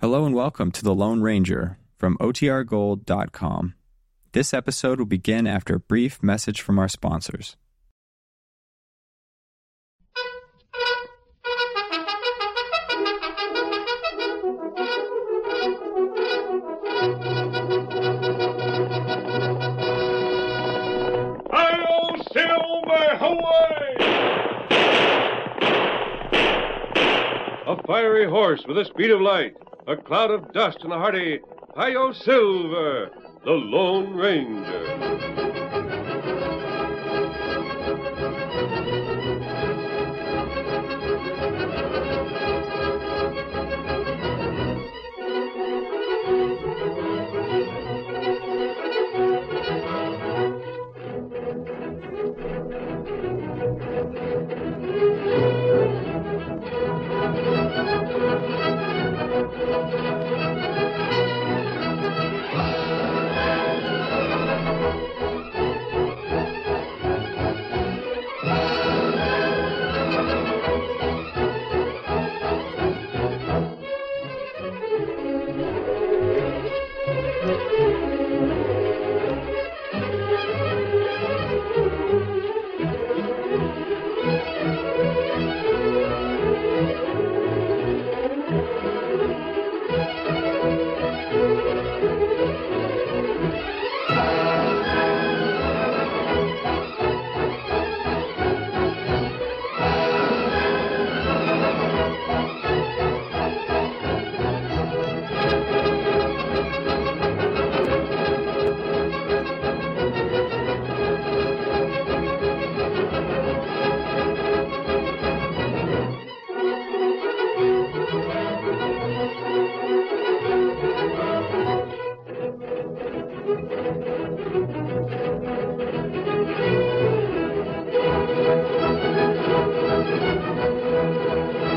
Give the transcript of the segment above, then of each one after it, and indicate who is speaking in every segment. Speaker 1: Hello and welcome to The Lone Ranger from OTRGold.com. This episode will begin after a brief message from our sponsors.
Speaker 2: Hail Silver Hawaii! A fiery horse with the speed of light, a cloud of dust, and a hearty Hail Silver, the Lone Ranger.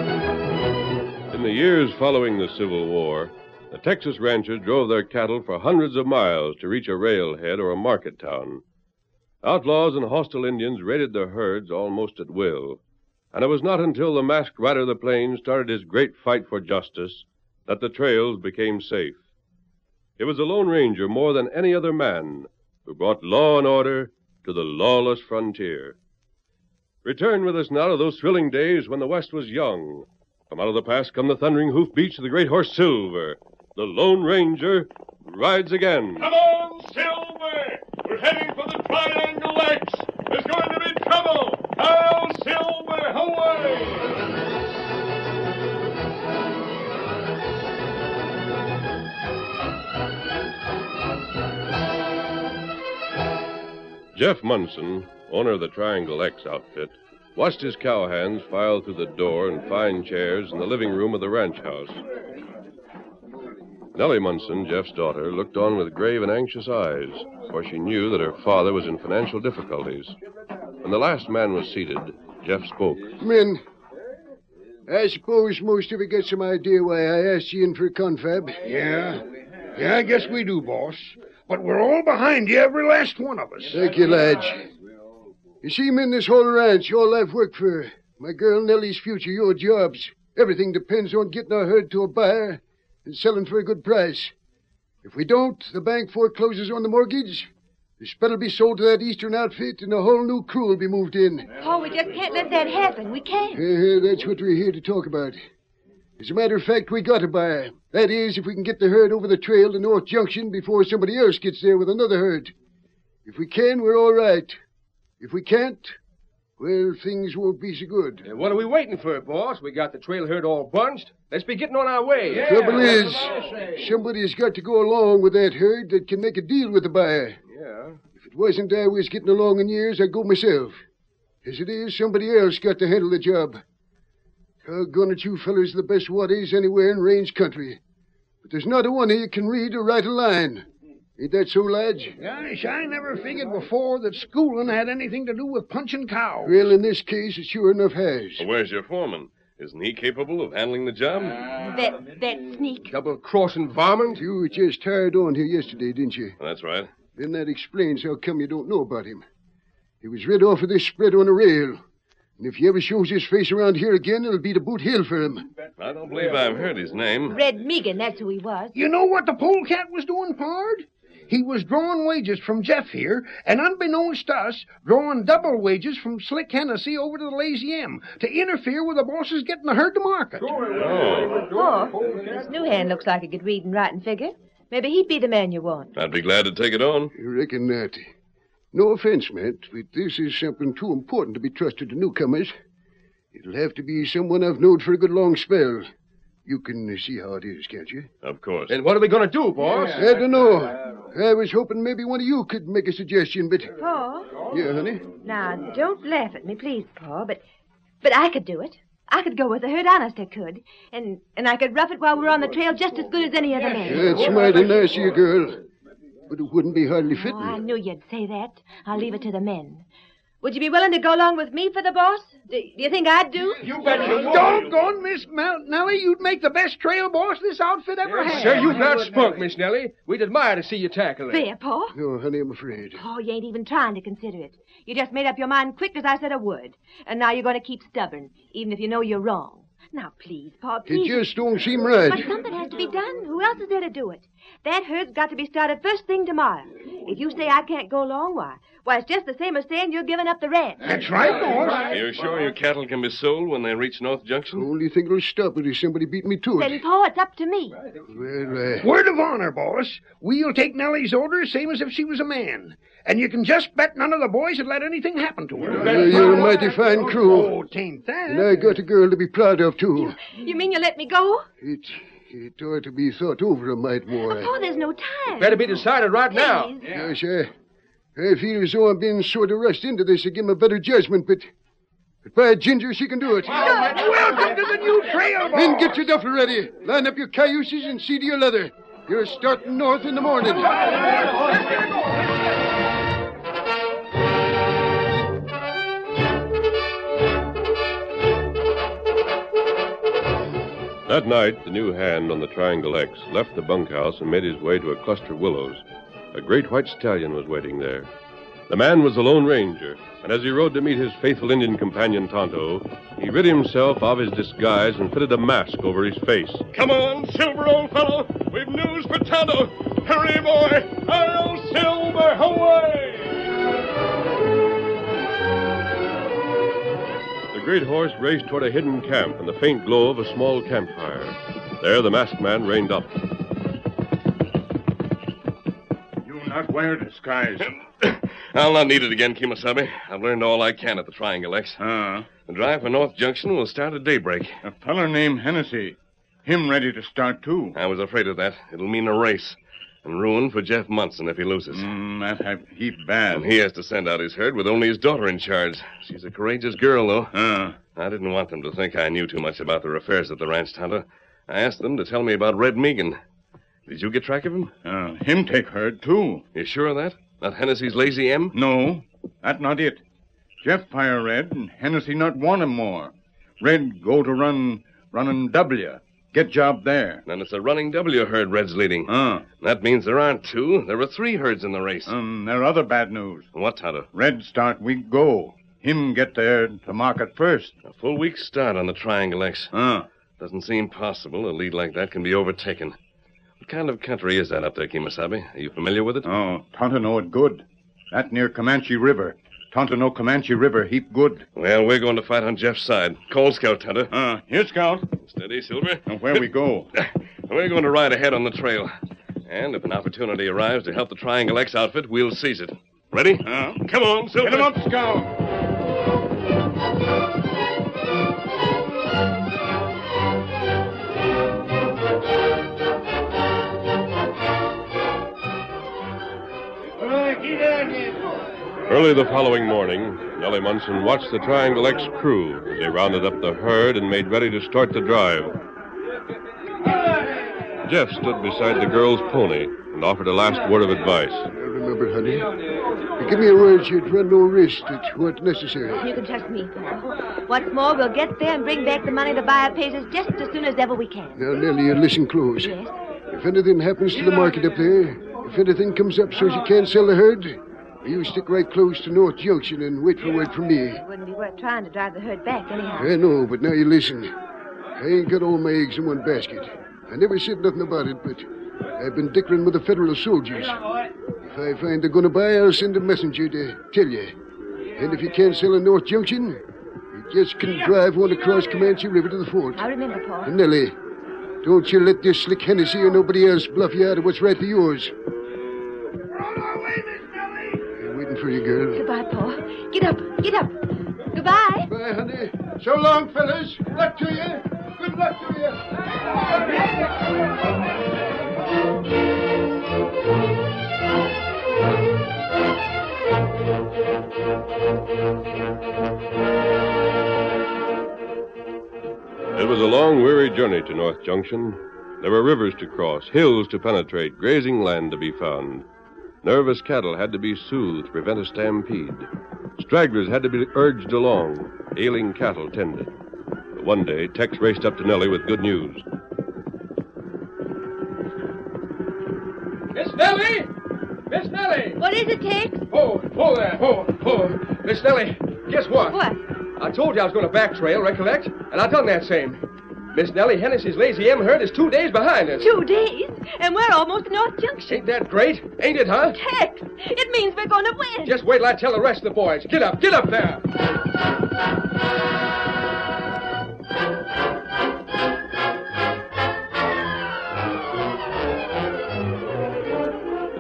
Speaker 2: In the years following the Civil War, the Texas ranchers drove their cattle for hundreds of miles to reach a railhead or a market town. Outlaws and hostile Indians raided their herds almost at will, and it was not until the masked rider of the plains started his great fight for justice that the trails became safe. It was the Lone Ranger more than any other man who brought law and order to the lawless frontier. Return with us now to those thrilling days when the West was young. From out of the past come the thundering hoofbeats of the great horse Silver. The Lone Ranger rides again.
Speaker 3: Come on, Silver! We're heading for the Triangle X! There's going to be trouble! Hail, Silver! Away!
Speaker 2: Jeff Munson, owner of the Triangle X outfit, watched his cowhands file through the door and find chairs in the living room of the ranch house. Nellie Munson, Jeff's daughter, looked on with grave and anxious eyes, for she knew that her father was in financial difficulties. When the last man was seated, Jeff spoke.
Speaker 4: Come in. I suppose most of you get some idea why I asked you in for a confab.
Speaker 5: Yeah. Yeah, I guess we do, boss. But we're all behind you, every last one of us.
Speaker 4: Thank you, Lodge. You see, men, this whole ranch, all I've worked for, my girl Nellie's future, your jobs, everything depends on getting our herd to a buyer and selling for a good price. If we don't, the bank forecloses on the mortgage. The spell will be sold to that eastern outfit, and a whole new crew will be moved in.
Speaker 6: Oh, we just can't let that happen. We can't.
Speaker 4: Uh, that's what we're here to talk about. As a matter of fact, we got a buyer. That is, if we can get the herd over the trail to North Junction before somebody else gets there with another herd. If we can, we're all right. If we can't, well, things won't be so good.
Speaker 7: What are we waiting for, boss? We got the trail herd all bunched. Let's be getting on our way.
Speaker 4: The Trouble is, somebody's got to go along with that herd that can make a deal with the buyer.
Speaker 7: Yeah.
Speaker 4: If it wasn't I was getting along in years, I'd go myself. As it is, somebody else got to handle the job. Doggone it, you fellers are the best waddies anywhere in range country. But there's not a one of you can read or write a line. Ain't that so, lads?
Speaker 5: Gosh, I never figured before that schooling had anything to do with punching cows.
Speaker 4: Well, in this case, it sure enough has.
Speaker 3: Where's your foreman? Isn't he capable of handling the job?
Speaker 8: Uh,
Speaker 6: That that sneak.
Speaker 7: Double crossing varmint.
Speaker 4: You were just tired on here yesterday, didn't you?
Speaker 9: Uh,
Speaker 3: That's right.
Speaker 4: Then that explains how come you don't know about him. He was rid off of this spread on the rail. And if he ever shows his face around here again, it'll be to Boot Hill for him.
Speaker 9: I don't believe I've heard his name.
Speaker 8: Red Megan, that's who he was.
Speaker 5: Hmm. You know what the polecat was doing, Pard? He was drawing wages from Jeff here, and unbeknownst to us, drawing double wages from Slick Hennessy over to the Lazy M to interfere with the bosses getting the herd to market.
Speaker 9: Oh,
Speaker 8: This new hand looks like he could read and write and figure. Maybe he'd be the man you want.
Speaker 9: I'd be glad to take it on.
Speaker 4: You reckon that. No offense, Matt, but this is something too important to be trusted to newcomers. It'll have to be someone I've known for a good long spell. You can uh, see how it is, can't you?
Speaker 9: Of course.
Speaker 7: Then what are we going to do, boss?
Speaker 4: I don't know. I was hoping maybe one of you could make a suggestion, but.
Speaker 8: Paul?
Speaker 4: Yeah, honey.
Speaker 8: Now, don't laugh at me, please, Paul, but but I could do it. I could go with the herd, honest I could. And and I could rough it while we're on the trail just as good as any other man.
Speaker 4: That's mighty nice of you, girl. But it wouldn't be hardly
Speaker 8: Oh, I
Speaker 4: fitting.
Speaker 8: knew you'd say that. I'll leave it to the men. Would you be willing to go along with me for the boss? Do, do you think I'd do?
Speaker 7: You bet you
Speaker 5: Doggone, Miss Mel- Nellie, you'd make the best trail boss this outfit ever had.
Speaker 7: Sir, you've got spunk, Miss Nellie. We'd admire to see you tackle it.
Speaker 8: There, Paul.
Speaker 4: No, honey, I'm afraid.
Speaker 8: Paul, Oh, you ain't even trying to consider it. You just made up your mind quick as I said a word. And now you're going to keep stubborn, even if you know you're wrong. Now, please, Paul,
Speaker 4: It
Speaker 8: please.
Speaker 4: just don't seem
Speaker 8: But
Speaker 4: right.
Speaker 8: something has to be done. Who else is there to do it? That herd's got to be started first thing tomorrow. If you say I can't go along, why, why, it's just the same as saying you're giving up the ranch.
Speaker 5: That's right, boss.
Speaker 9: Are you sure your cattle can be sold when they reach North
Speaker 4: The
Speaker 9: Junction?
Speaker 4: only thing that'll stop it is somebody beat me to
Speaker 8: Then,
Speaker 4: it.
Speaker 8: Paul, it's up to me.
Speaker 4: Well, uh,
Speaker 5: Word of honor, boss. We'll take Nellie's orders same as if she was a man. And you can just bet none of the boys would let anything happen to her.
Speaker 4: Uh, you're a mighty fine crew.
Speaker 5: Oh, tain't that.
Speaker 4: And I got a girl to be proud of, too.
Speaker 8: You mean you let me go?
Speaker 4: It, it ought to be thought over a mite more.
Speaker 8: Paul, there's no time.
Speaker 7: Better be decided right now.
Speaker 8: Please.
Speaker 4: Yes, sir. I feel as though I'm being sort of rushed into this to give him a better judgment, but, but by ginger, she can do it.
Speaker 5: Welcome to the new trail, boss.
Speaker 4: Men, get your duffel ready. Line up your cayuses and see to your leather. You're starting north in the morning.
Speaker 9: That night, the new hand on the Triangle X left the bunkhouse and made his way to a cluster of willows. A great white stallion was waiting there. The man was the Lone Ranger, and as he rode to meet his faithful Indian companion Tonto, he rid himself of his disguise and fitted a mask over his face.
Speaker 10: Come on, Silver, old fellow. We've news for Tonto. Hurry, boy. I'll Silver, away.
Speaker 9: The great horse raced toward a hidden camp in the faint glow of a small campfire. There, the masked man reined up.
Speaker 11: You not wear disguise.
Speaker 9: I'll not need it again, Kimasabi. I've learned all I can at the Triangle X.
Speaker 11: Huh?
Speaker 9: The drive for North Junction will start at daybreak.
Speaker 11: Ah. A feller named Hennessy. Him ready to start, too.
Speaker 9: I was afraid of that. It'll mean a race and ruin for Jeff Munson if he loses.
Speaker 11: Mm, that have heap bad.
Speaker 9: And he has to send out his herd with only his daughter in charge. She's a courageous girl, though.
Speaker 11: Huh?
Speaker 9: I didn't want them to think I knew too much about their affairs at the ranch, Tonto. I asked them to tell me about Red Megan. Did you get track of him?
Speaker 11: Uh, him take herd, too.
Speaker 9: You sure of that? Not Hennessy's Lazy M?
Speaker 11: No, that not it. Jeff fire Red, and Hennessy not want him more. Red go to run, run in W. Get job there.
Speaker 9: Then it's a running W herd Red's leading.
Speaker 11: Huh?
Speaker 9: That means there aren't two. There are three herds in the race.
Speaker 11: Um, there other bad news.
Speaker 9: What, Tonto?
Speaker 11: Red start week go. Him get there to market first.
Speaker 9: A full week's start on the Triangle X.
Speaker 11: Huh?
Speaker 9: Doesn't seem possible a lead like that can be overtaken. What kind of country is that up there, Kimasabi? Are you familiar with it?
Speaker 11: Oh, Tonto know it good. That near Comanche River. Tonto know Comanche River heap good.
Speaker 9: Well, we're going to fight on Jeff's side. Call Scout Tonto.
Speaker 11: Uh, here, Scout.
Speaker 9: Steady, Silver.
Speaker 11: Now, where we go?
Speaker 9: We're going to ride ahead on the trail. And if an opportunity arrives to help the Triangle X outfit, we'll seize it. Ready?
Speaker 11: Huh?
Speaker 9: Come on, Silver.
Speaker 11: Get him up, Scout.
Speaker 9: Early the following morning, Nellie Munson watched the Triangle X crew as they rounded up the herd and made ready to start the drive. Jeff stood beside the girl's pony and offered a last word of advice.
Speaker 4: I remember, honey. Give me a word she'd run no risk that weren't necessary.
Speaker 8: You can trust me, Paul. What's more, we'll get there and bring back the money to buy our paces just as soon as ever we can.
Speaker 4: Now, Nellie, you listen close.
Speaker 8: Yes?
Speaker 4: If anything happens to the market up there, if anything comes up so she can't sell the herd, You stick right close to North Junction and wait for word from me.
Speaker 6: It wouldn't be worth trying to drive the herd back, anyhow.
Speaker 4: I know, but now you listen. I ain't got all my eggs in one basket. I never said nothing about it, but I've been dickering with the federal soldiers. If I find they're going to buy, I'll send a messenger to tell you. And if you can't sell in North Junction, you just can drive one across Comanche River to the fort.
Speaker 6: I remember, Paul.
Speaker 4: And Nellie, don't you let this slick Hennessy or nobody else bluff you out of what's rightly yours. We're on our way, Miss Nellie. I'm waiting for you, girl.
Speaker 6: Goodbye, Paul. Get up. Get up. Goodbye.
Speaker 4: Bye, honey. So long, fellas. Luck to you. Good luck to you.
Speaker 2: It was a long, weary journey to North Junction. There were rivers to cross, hills to penetrate, grazing land to be found. Nervous cattle had to be soothed to prevent a stampede. Stragglers had to be urged along, ailing cattle tended. But one day, Tex raced up to Nellie with good news.
Speaker 7: Miss Nellie! Miss Nellie!
Speaker 6: What is it, Tex?
Speaker 7: Oh, oh there, oh, oh. Miss Nellie, guess what?
Speaker 6: What?
Speaker 7: I told you I was going to back trail, recollect? And I done that same. Miss Nellie, Hennessy's Lazy M herd is two days behind us.
Speaker 6: Two days? And we're almost in North Junction.
Speaker 7: Ain't that great? Ain't it, huh?
Speaker 6: Tex, it means we're going to win.
Speaker 7: Just wait till I tell the rest of the boys. Get up, get up there.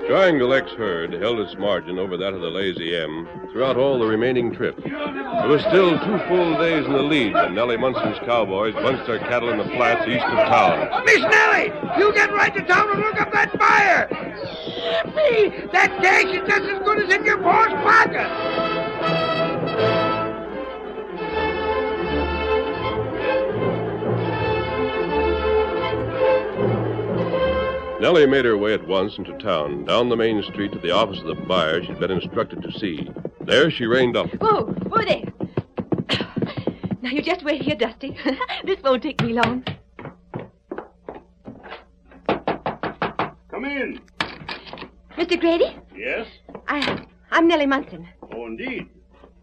Speaker 2: Triangle X herd held its margin over that of the Lazy M throughout all the remaining trip. There were still two full days in the lead when Nellie Munson's cowboys bunched their cattle in the flats east of town.
Speaker 5: Miss Nellie, you get right to town and look up that buyer. Me, that cash is just as good as in your boss pocket.
Speaker 2: Nellie made her way at once into town, down the main street to the office of the buyer she'd been instructed to see. There she reined up.
Speaker 6: Whoa, whoa there. Now you just wait here, Dusty. this won't take me long.
Speaker 3: Come in.
Speaker 6: Mr. Grady,
Speaker 3: Yes?
Speaker 6: I, I'm Nellie Munson.
Speaker 3: Oh, indeed.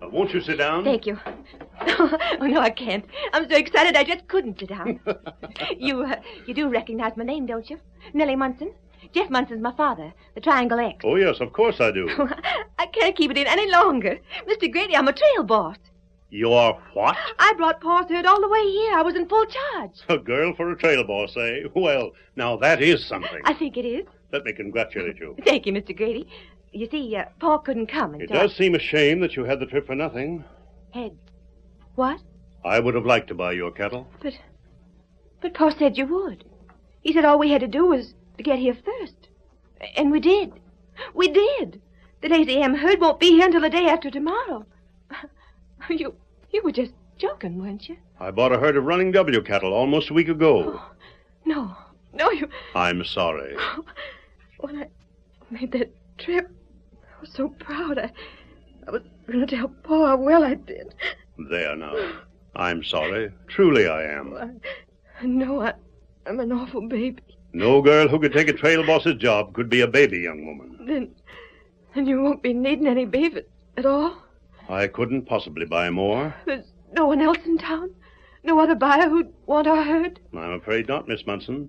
Speaker 3: Uh, won't you sit down?
Speaker 6: Thank you. oh no, I can't. I'm so excited I just couldn't sit down. you, uh, you do recognize my name, don't you? Nellie Munson. Jeff Munson's my father, the Triangle X.
Speaker 3: Oh, yes, of course I do.
Speaker 6: I can't keep it in any longer. Mr. Grady, I'm a trail boss.
Speaker 3: you are what?
Speaker 6: I brought Paul's herd all the way here. I was in full charge.
Speaker 3: A girl for a trail boss, eh? Well, now that is something.
Speaker 6: I think it is.
Speaker 3: Let me congratulate you.
Speaker 6: Thank you, Mr. Grady. You see, uh, Paul couldn't come
Speaker 3: It
Speaker 6: until
Speaker 3: does seem a shame that you had the trip for nothing.
Speaker 6: I had. What?
Speaker 3: I would have liked to buy your cattle.
Speaker 6: But, but Paul said you would. He said all we had to do was to get here first, and we did. We did. The Lazy M herd won't be here until the day after tomorrow. You, you were just joking, weren't you?
Speaker 3: I bought a herd of running W cattle almost a week ago.
Speaker 6: No, no, you.
Speaker 3: I'm sorry.
Speaker 6: When I made that trip, I was so proud. I, I was going to tell Paul how well I did.
Speaker 3: There now. I'm sorry. Truly I am.
Speaker 6: I, I know I, I'm an awful baby.
Speaker 3: No girl who could take a trail boss's job could be a baby young woman.
Speaker 6: Then, then you won't be needing any beef at, at all.
Speaker 3: I couldn't possibly buy more.
Speaker 6: There's no one else in town? No other buyer who'd want our herd?
Speaker 3: I'm afraid not, Miss Munson.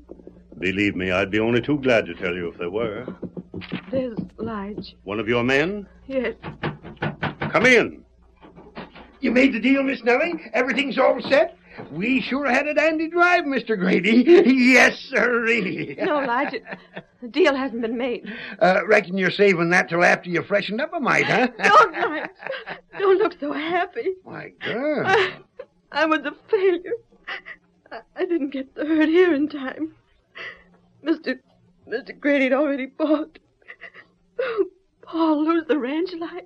Speaker 3: Believe me, I'd be only too glad to tell you if there were.
Speaker 6: There's Lige.
Speaker 3: One of your men?
Speaker 6: Yes.
Speaker 3: Come in.
Speaker 5: You made the deal, Miss Nellie. Everything's all set. We sure had a dandy drive, Mr. Grady. yes, sirree.
Speaker 6: No, Lige, it, the deal hasn't been made.
Speaker 5: Uh, reckon you're saving that till after you freshened up a mite, huh?
Speaker 6: Don't, Lige. Don't look so happy.
Speaker 5: My girl.
Speaker 6: I, I was a failure. I, I didn't get the herd here in time. Mr. Mr. Grady'd already bought. Paul, lose the ranch, Lige.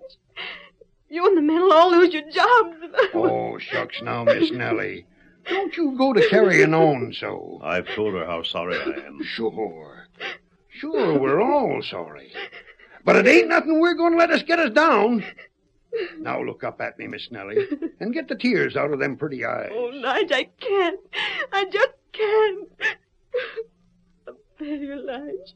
Speaker 6: You and the men'll all lose your jobs.
Speaker 5: Oh, shucks now, Miss Nellie. Don't you go to carrying on so.
Speaker 3: I've told her how sorry I am.
Speaker 5: Sure. Sure, we're all Oh, sorry. But it ain't nothing we're going to let us get us down. Now look up at me, Miss Nellie, and get the tears out of them pretty eyes.
Speaker 6: Oh, Lige, I can't. I just can't. A failure, Lige.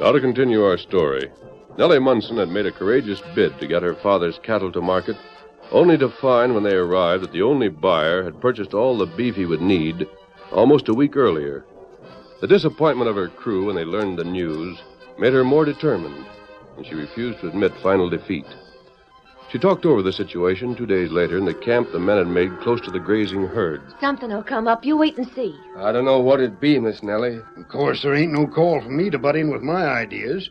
Speaker 2: Now to continue our story. Nellie Munson had made a courageous bid to get her father's cattle to market, only to find when they arrived that the only buyer had purchased all the beef he would need almost a week earlier. The disappointment of her crew when they learned the news made her more determined, and she refused to admit final defeat. She talked over the situation two days later in the camp the men had made close to the grazing herd.
Speaker 8: Something will come up. You wait and see.
Speaker 7: I don't know what it'd be, Miss Nellie.
Speaker 5: Of course, there ain't no call for me to butt in with my ideas,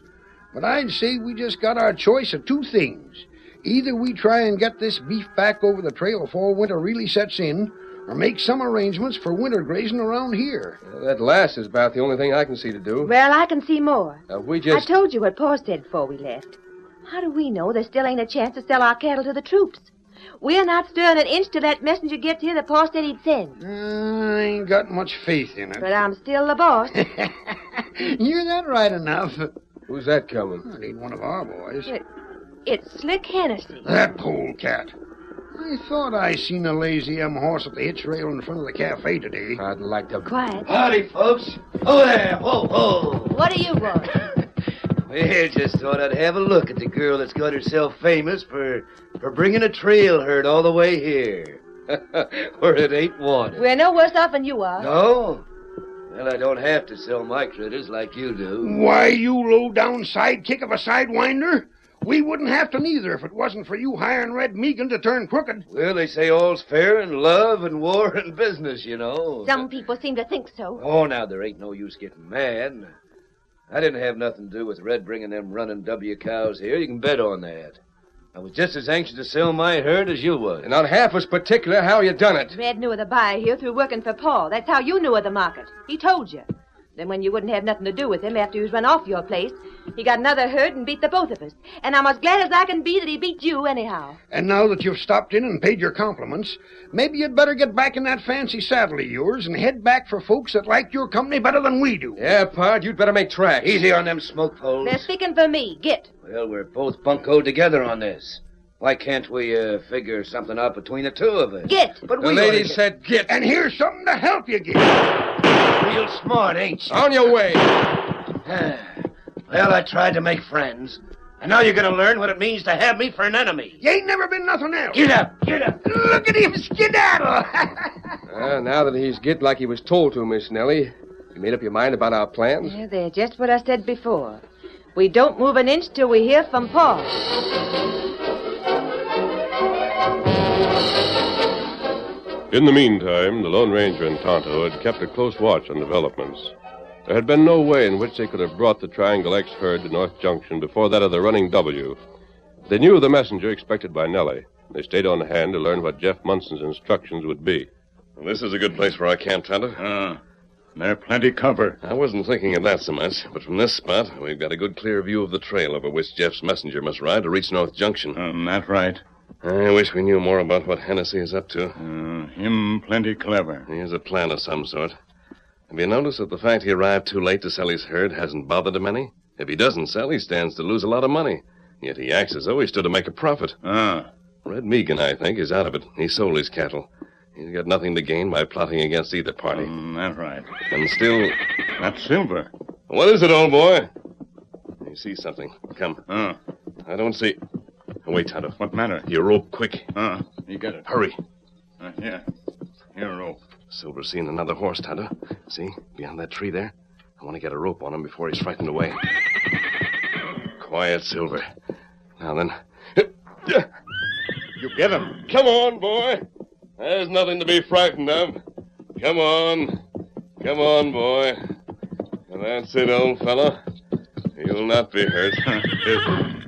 Speaker 5: but I'd say we just got our choice of two things. Either we try and get this beef back over the trail before winter really sets in, or make some arrangements for winter grazing around here.
Speaker 7: That last is about the only thing I can see to do.
Speaker 8: Well, I can see more.
Speaker 7: Uh, we just.
Speaker 8: I told you what Pa said before we left. How do we know there still ain't a chance to sell our cattle to the troops? We're not stirring an inch till that messenger gets here that Pa said he'd send.
Speaker 5: Uh, I ain't got much faith in it.
Speaker 8: But I'm still the boss.
Speaker 5: You're that right enough.
Speaker 7: Who's that coming?
Speaker 5: That ain't one of our boys.
Speaker 8: It's Slick Hennessy.
Speaker 5: That polecat. I thought I seen a lazy M horse at the hitch rail in front of the cafe today.
Speaker 7: I'd like to.
Speaker 8: Quiet.
Speaker 12: Howdy, folks. Oh, there. Whoa, whoa.
Speaker 8: What do you want?
Speaker 12: Well, just thought I'd have a look at the girl that's got herself famous for for bringing a trail herd all the way here. Where it ain't wanted.
Speaker 8: We're no worse off than you are.
Speaker 12: No? Well, I don't have to sell my critters like you do.
Speaker 5: Why, you low down sidekick of a sidewinder? We wouldn't have to neither if it wasn't for you hiring Red Meegan to turn crooked.
Speaker 12: Well, they say all's fair in love and war and business, you know.
Speaker 8: Some people seem to think so.
Speaker 12: Oh, now, there ain't no use getting mad. I didn't have nothing to do with Red bringing them running W cows here. You can bet on that. I was just as anxious to sell my herd as you was.
Speaker 7: And on half as particular how you done it.
Speaker 8: Red knew of the buyer here through working for Paul. That's how you knew of the market. He told you. Then when you wouldn't have nothing to do with him after he was run off your place, he got another herd and beat the both of us. And I'm as glad as I can be that he beat you anyhow.
Speaker 5: And now that you've stopped in and paid your compliments, maybe you'd better get back in that fancy saddle of yours and head back for folks that like your company better than we do.
Speaker 7: Yeah, Pard, you'd better make tracks.
Speaker 12: Easy on them smoke poles.
Speaker 8: They're speaking for me. Get.
Speaker 12: Well, we're both buncoed together on this. Why can't we uh, figure something out between the two of us?
Speaker 8: Get.
Speaker 12: But
Speaker 7: The
Speaker 12: we
Speaker 7: lady
Speaker 12: oughta
Speaker 7: said, get
Speaker 5: And here's something to help you get.
Speaker 12: get real smart, ain't you?
Speaker 7: on your way.
Speaker 12: well, I tried to make friends. And now you're going to learn what it means to have me for an enemy.
Speaker 5: You ain't never been nothing else.
Speaker 12: Get up, get up.
Speaker 5: Look at him skedaddle.
Speaker 7: Ah, now that he's get like he was told to, Miss Nellie, you made up your mind about our plans?
Speaker 8: Yeah, they're just what I said before. We don't move an inch till we hear from Paul.
Speaker 2: In the meantime, the Lone Ranger and Tonto had kept a close watch on developments. There had been no way in which they could have brought the Triangle X herd to North Junction before that of the Running W. They knew the messenger expected by Nellie. and They stayed on hand to learn what Jeff Munson's instructions would be.
Speaker 3: This is a good place for our camp, Tonto.
Speaker 11: Uh, they're plenty cover.
Speaker 3: I wasn't thinking of that so much, but from this spot, we've got a good clear view of the trail over which Jeff's messenger must ride to reach North Junction.
Speaker 11: Um, that right.
Speaker 3: I wish we knew more about what Hennessy is up to.
Speaker 11: Uh, him plenty clever.
Speaker 3: He has a plan of some sort.
Speaker 9: Have you noticed that the fact he arrived too late to sell his herd hasn't bothered him any? If he doesn't sell, he stands to lose a lot of money. Yet he acts as though he stood to make a profit.
Speaker 11: Ah.
Speaker 9: Red Meegan, I think, is out of it. He sold his cattle. He's got nothing to gain by plotting against either party.
Speaker 11: Mm, that's right.
Speaker 9: And still.
Speaker 11: That's Silver.
Speaker 9: What is it, old boy? You see something. Come.
Speaker 11: Uh.
Speaker 9: I don't see. Wait, Tonto.
Speaker 11: What matter?
Speaker 9: Your rope, quick.
Speaker 11: Uh, you got it.
Speaker 9: Hurry.
Speaker 11: Uh, here. Here, rope.
Speaker 9: Silver's seen another horse, Tonto. See? Beyond that tree there. I want to get a rope on him before he's frightened away. Quiet, Silver. Now then.
Speaker 11: You get him.
Speaker 9: Come on, boy. There's nothing to be frightened of. Come on. Come on, boy. That's it, old fellow. You'll not be hurt.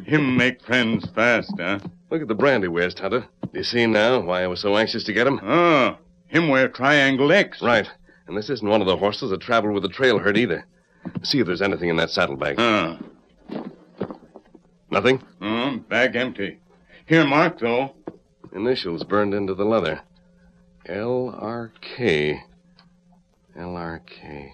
Speaker 11: Him make friends fast, huh?
Speaker 9: Look at the brand he wears, Tonto. Do you see now why I was so anxious to get him?
Speaker 11: Oh, him wear triangle X.
Speaker 9: Right. And this isn't one of the horses that traveled with the trail herd either. See if there's anything in that saddlebag.
Speaker 11: Uh.
Speaker 9: Nothing?
Speaker 11: Uh, bag empty. Here, Mark, though.
Speaker 9: Initials burned into the leather. L.R.K. L.R.K.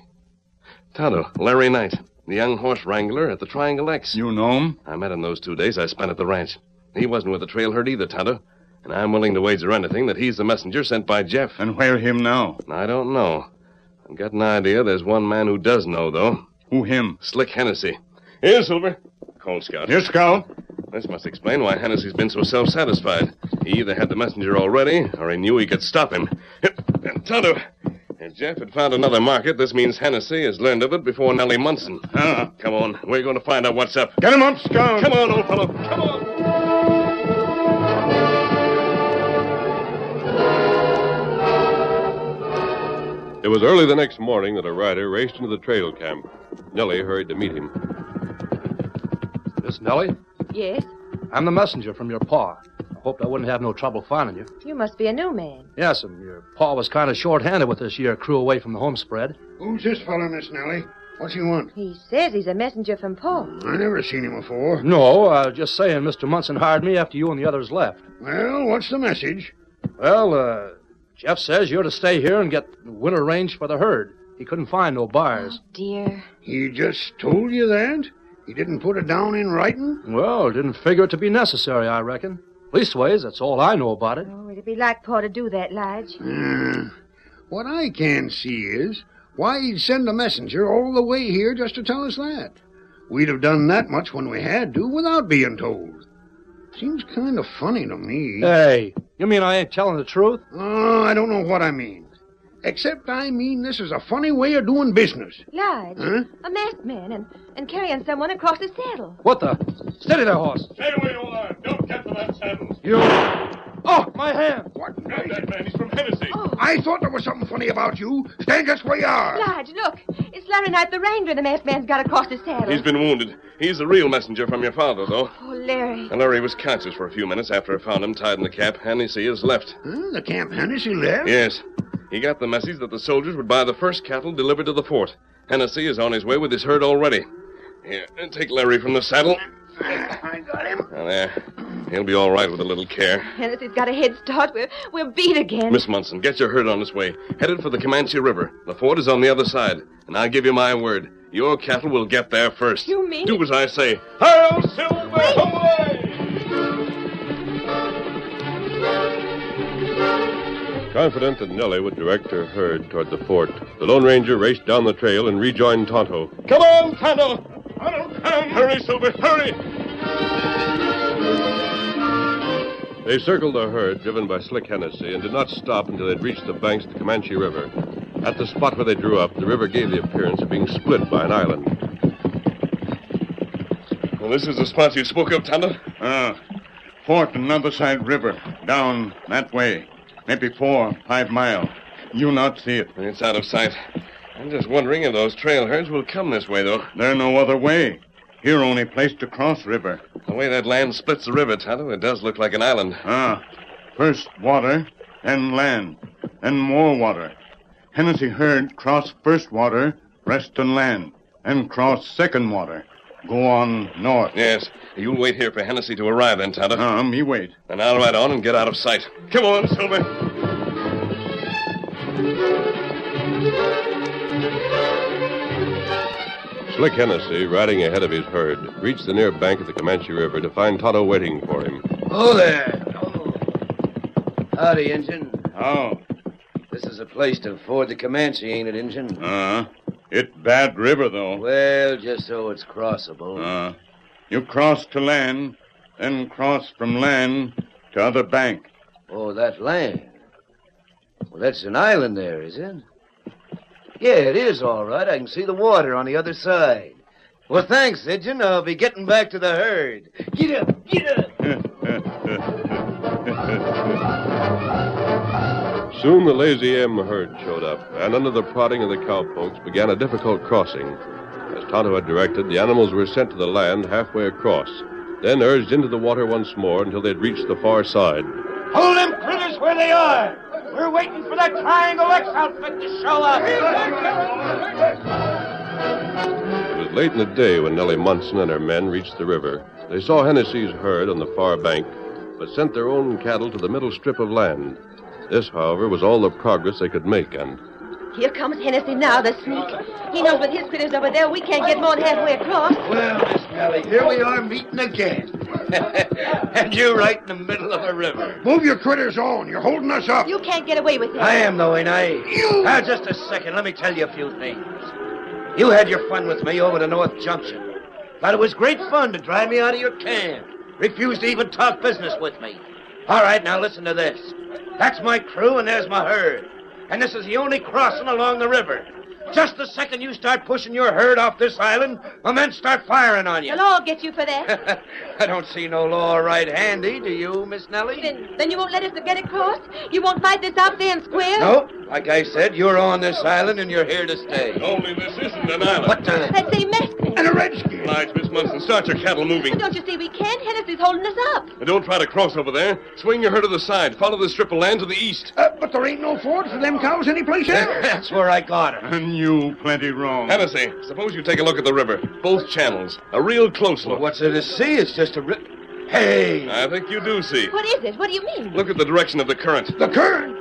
Speaker 9: Tonto, Larry Knight, the young horse wrangler at the Triangle X.
Speaker 11: You know him?
Speaker 9: I met him those two days I spent at the ranch. He wasn't with the trail herd either, Tonto. And I'm willing to wager anything that he's the messenger sent by Jeff.
Speaker 11: And where him now?
Speaker 9: I don't know. I've got an idea there's one man who does know, though.
Speaker 11: Who him?
Speaker 9: Slick Hennessy. Here, Silver. Cold Scout.
Speaker 11: Here, Scout.
Speaker 9: This must explain why Hennessy's been so self satisfied. He either had the messenger already, or he knew he could stop him. And Tonto, if Jeff had found another market, this means Hennessy has learned of it before Nellie Munson.
Speaker 11: Ah.
Speaker 9: Come on, we're going to find out what's up.
Speaker 11: Get him up, Scout.
Speaker 9: Come on, old fellow. Come on.
Speaker 2: It was early the next morning that a rider raced into the trail camp. Nellie hurried to meet him.
Speaker 13: Miss Nellie,
Speaker 8: Yes?
Speaker 13: I'm the messenger from your pa. I hoped I wouldn't have no trouble finding you.
Speaker 8: You must be a new man.
Speaker 13: Yes'm, your pa was kind of short-handed with this year crew away from the home spread.
Speaker 5: Who's this fellow, Miss Nellie? What's he want?
Speaker 8: He says he's a messenger from Paul.
Speaker 5: I never seen him before.
Speaker 13: No, uh, just saying Mr. Munson hired me after you and the others left.
Speaker 5: Well, what's the message?
Speaker 13: Well, uh, Jeff says you're to stay here and get winter range for the herd. He couldn't find no buyers.
Speaker 8: Dear.
Speaker 5: He just told you that? He didn't put it down in writing?
Speaker 13: Well, didn't figure it to be necessary, I reckon. Leastways, that's all I know about it.
Speaker 8: Oh, it'd be like Paul to do that, Lige.
Speaker 5: Hmm. What I can see is why he'd send a messenger all the way here just to tell us that. We'd have done that much when we had to without being told. Seems kind of funny to me.
Speaker 13: Hey, you mean I ain't telling the truth?
Speaker 5: Oh, I don't know what I mean. Except I mean this is a funny way of doing business.
Speaker 8: Lige.
Speaker 5: Huh?
Speaker 8: A masked man and, and carrying someone across his saddle.
Speaker 13: What the? Uh, Steady there, horse.
Speaker 3: Stay away, Ola. Don't get to that saddle.
Speaker 13: You. Oh, my hand.
Speaker 5: What?
Speaker 3: Grab that man. He's from Hennessy.
Speaker 8: Oh.
Speaker 5: I thought there was something funny about you. Stand just where you are.
Speaker 10: Ah.
Speaker 8: Lige, look. It's Larry Knight, the wrangler the masked man's got across his saddle.
Speaker 9: He's been wounded. He's the real messenger from your father, though.
Speaker 8: Oh, Larry.
Speaker 9: And Larry was conscious for a few minutes after I found him tied in the cap. Hennessy has left.
Speaker 5: Huh? The camp Hennessy left?
Speaker 9: Yes. He got the message that the soldiers would buy the first cattle delivered to the fort. Hennessy is on his way with his herd already. Here, take Larry from the saddle.
Speaker 5: I got him.
Speaker 9: Now, there. He'll be all right with a little care.
Speaker 8: Hennessy's got a head start. We're, we're beat again.
Speaker 9: Miss Munson, get your herd on its way. Headed for the Comanche River. The fort is on the other side. And I give you my word, your cattle will get there first.
Speaker 8: You mean-
Speaker 9: Do as I say.
Speaker 3: Hail, Silver! Away!
Speaker 2: Confident that Nellie would direct her herd toward the fort, the Lone Ranger raced down the trail and rejoined Tonto.
Speaker 3: Come on, Tonto! Tonto, come! Hurry, Silver, hurry!
Speaker 2: They circled the herd driven by Slick Hennessy and did not stop until they'd reached the banks of the Comanche River. At the spot where they drew up, the river gave the appearance of being split by an island.
Speaker 9: Well, this is the spot you spoke of, Tonto.
Speaker 11: Uh, fort on other side river. Down that way. Maybe four, five mile. You not see it.
Speaker 9: It's out of sight. I'm just wondering if those trail herds will come this way, though.
Speaker 11: There no other way. Here only place to cross river.
Speaker 9: The way that land splits the river, Tonto, it does look like an island.
Speaker 11: Ah, first water, then land, then more water. Hennessy herd cross first water, rest on land, and cross second water. Go on north.
Speaker 9: Yes. You'll wait here for Hennessy to arrive then, Tonto.
Speaker 11: Ah, me wait.
Speaker 9: And I'll ride on and get out of sight. Come on, Silver.
Speaker 2: Slick Hennessy, riding ahead of his herd, reached the near bank of the Comanche River to find Tonto waiting for him.
Speaker 12: Oh, there. Oh. Howdy, Injun.
Speaker 11: Oh.
Speaker 12: This is a place to ford the Comanche, ain't it, Injun?
Speaker 11: Uh, it bad river, though.
Speaker 12: Well, just so it's crossable.
Speaker 11: Uh, you cross to land, then cross from land to other bank.
Speaker 12: Oh, that land. Well, that's an island there, is it? Yeah, it is all right. I can see the water on the other side. Well, thanks, Injun. I'll be getting back to the herd. Get up, get up.
Speaker 2: Soon the Lazy M herd showed up, and under the prodding of the cowpokes began a difficult crossing. As Tonto had directed, the animals were sent to the land halfway across, then urged into the water once more until they'd reached the far side.
Speaker 10: Hold them critters where they are. We're waiting for that Triangle X outfit to show up.
Speaker 2: It was late in the day when Nellie Munson and her men reached the river. They saw Hennessy's herd on the far bank, but sent their own cattle to the middle strip of land. This, however, was all the progress they could make, and
Speaker 8: Here comes Hennessy now, the sneak. He knows with his critters over there, we can't get more than halfway across.
Speaker 10: Well, Miss Nellie, here we are meeting again. and you're right in the middle of the river.
Speaker 5: Move your critters on. You're holding us up.
Speaker 8: You can't get away with it.
Speaker 10: I am, though, ain't I? You... Now, just a second. Let me tell you a few things. You had your fun with me over the North Junction. Thought it was great fun to drive me out of your camp. Refused to even talk business with me. All right, now listen to this. That's my crew, and there's my herd. And this is the only crossing along the river. Just the second you start pushing your herd off this island, my men start firing on you.
Speaker 8: They'll all get you for that.
Speaker 10: I don't see no law right handy, do you, Miss Nellie?
Speaker 8: then, then you won't let us to get across? You won't fight this out fair and square?
Speaker 10: No, like I said, you're on this island and you're here to stay.
Speaker 9: Only this isn't an island.
Speaker 10: What the?
Speaker 8: That's a mess.
Speaker 10: And a redskin.
Speaker 9: Lights, Miss Munson, start your cattle moving.
Speaker 8: Don't you see we can't? Hennessy's holding us up.
Speaker 9: And don't try to cross over there. Swing your herd to the side. Follow the strip of land to the east.
Speaker 5: Uh, but there ain't no ford for them cows anyplace else.
Speaker 10: That's where I got her.
Speaker 11: And you plenty wrong.
Speaker 9: Hennessy, suppose you take a look at the river. Both channels. A real close look.
Speaker 10: what's there to see? It's just a ri- Hey!
Speaker 9: I think you do see.
Speaker 8: What is it? What do you mean?
Speaker 9: Look at the direction of the current.
Speaker 5: The current?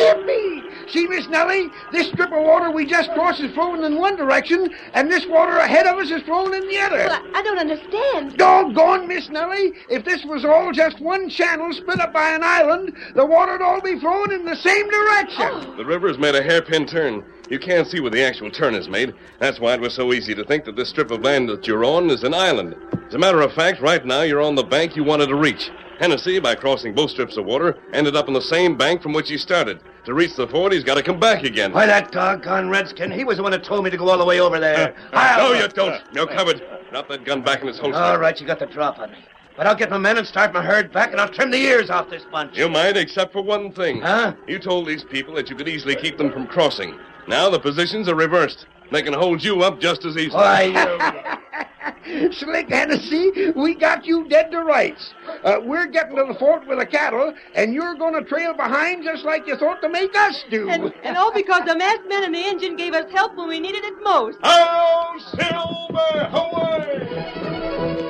Speaker 5: Yippee! See, Miss Nellie, this strip of water we just crossed is flowing in one direction, and this water ahead of us is flowing in the other.
Speaker 8: Well, I, I don't understand.
Speaker 5: Doggone, Miss Nellie, if this was all just one channel split up by an island, the water'd all be flowing in the same
Speaker 8: Oh.
Speaker 5: direction.
Speaker 9: The river has made a hairpin turn. You can't see where the actual turn is made. That's why it was so easy to think that this strip of land that you're on is an island. As a matter of fact, right now you're on the bank you wanted to reach. Hennessy, by crossing both strips of water, ended up on the same bank from which he started. To reach the ford, he's got to come back again.
Speaker 10: Why, that doggone redskin, he was the one that told me to go all the way over there.
Speaker 9: no, you don't. You're covered. Drop that gun back in its holster.
Speaker 10: All right, you got the drop on me. But I'll get my men and start my herd back, and I'll trim the ears off this bunch.
Speaker 9: You might, except for one thing.
Speaker 10: Huh?
Speaker 9: You told these people that you could easily keep them from crossing. Now the positions are reversed. They can hold you up just as easily.
Speaker 10: Why, you-
Speaker 5: Slick Hennessy, we got you dead to rights. Uh, we're getting to the fort with the cattle, and you're going to trail behind just like you thought to make us do.
Speaker 8: And, and all because the masked men and the engine gave us help when we needed it most.
Speaker 3: Hail, Silver, away!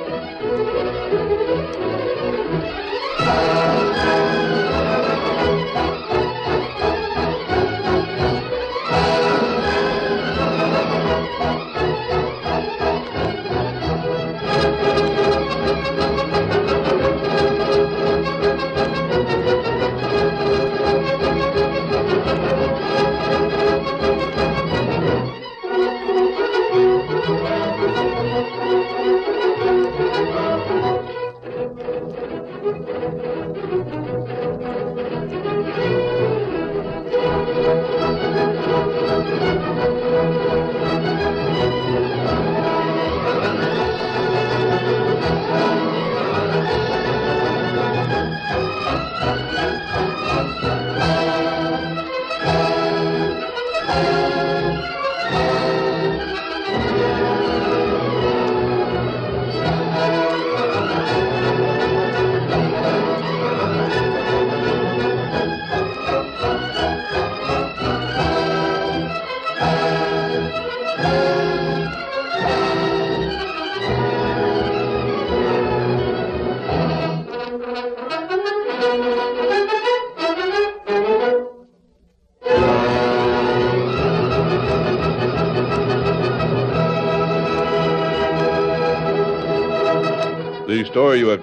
Speaker 2: The story you have